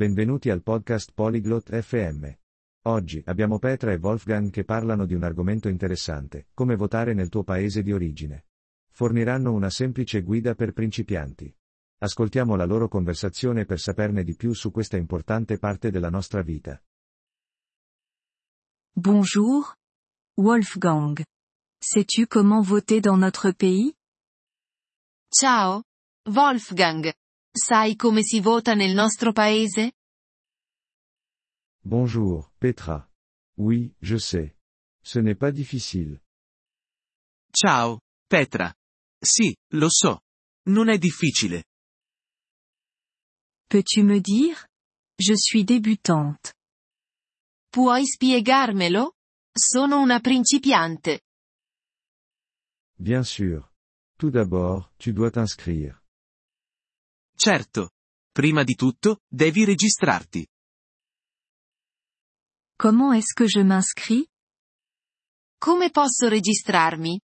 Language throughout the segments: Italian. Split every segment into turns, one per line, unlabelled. Benvenuti al podcast Polyglot FM. Oggi abbiamo Petra e Wolfgang che parlano di un argomento interessante, come votare nel tuo paese di origine. Forniranno una semplice guida per principianti. Ascoltiamo la loro conversazione per saperne di più su questa importante parte della nostra vita.
Bonjour. Wolfgang. Sais-tu comment voter dans notre pays?
Ciao. Wolfgang. Sai come si vota nel nostro paese?
Bonjour, Petra. Oui, je sais. Ce n'est pas difficile.
Ciao, Petra. Sì, lo so. Non è difficile.
Peux-tu me dire? Je suis débutante.
Puoi spiegarmelo? Sono una principiante.
Bien sûr. Tout d'abord, tu dois t'inscrire.
Certo. Prima di tutto, devi registrarti.
Comment est-ce que je m'inscris?
Come posso registrarmi?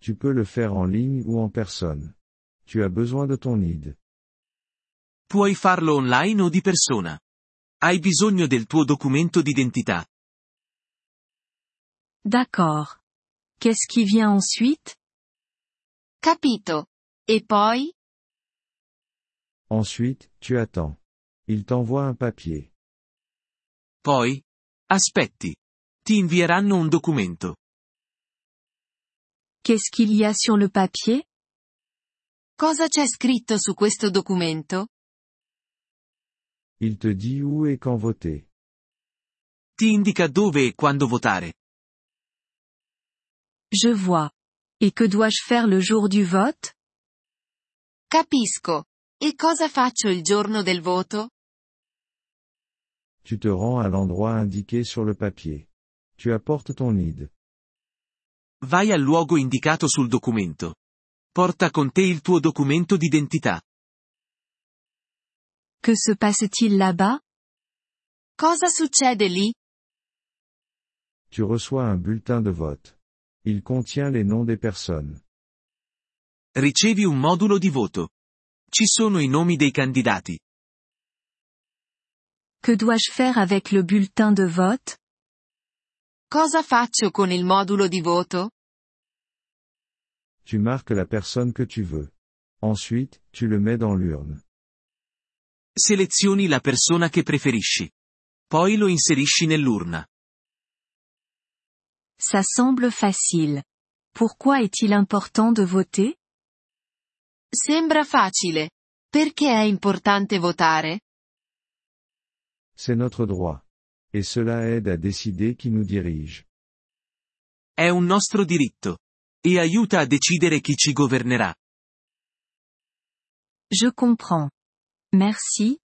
Tu peux le faire en ligne ou en personne. Tu as besoin de ton ID.
Puoi farlo online o di persona. Hai bisogno del tuo documento d'identità.
D'accord. Qu'est-ce qui vient ensuite?
Capito. E poi?
Ensuite, tu attends. Il t'envoie un papier.
Poi? Aspetti. Ti invieranno un documento.
Qu'est-ce qu'il y a sur le papier?
Cosa c'è scritto su questo documento?
Il te dit où et quand voter.
Ti indica dove e quando votare.
Je vois. Et que dois-je faire le jour du vote?
Capisco. E cosa faccio il giorno del voto?
Tu te rends à l'endroit indiqué sur le papier. Tu apportes ton ID.
Vai al luogo indicato sul documento. Porta con te il tuo documento d'identità.
Que se passe-t-il là-bas?
Cosa succede lì?
Tu reçois un bulletin de vote. Il contient les noms des personnes.
Ricevi un modulo di voto. Ci sono i nomi dei candidati.
Que dois-je faire avec le bulletin de vote?
Cosa faccio con il modulo di voto?
Tu marques la personne que tu veux. Ensuite, tu le mets dans l'urne.
Selezioni la persona che preferisci. Poi lo inserisci nell'urna.
Ça semble facile. Pourquoi est-il important de voter?
Sembra facile. Perché è importante votare?
C'est notre droit. Et cela aide à décider qui nous dirige.
È un nostro diritto. E aiuta a decidere chi ci governerà.
Je comprends. Merci.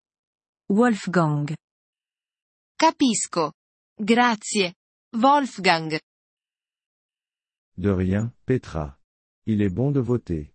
Wolfgang.
Capisco. Grazie. Wolfgang.
De rien, Petra. Il est bon de voter.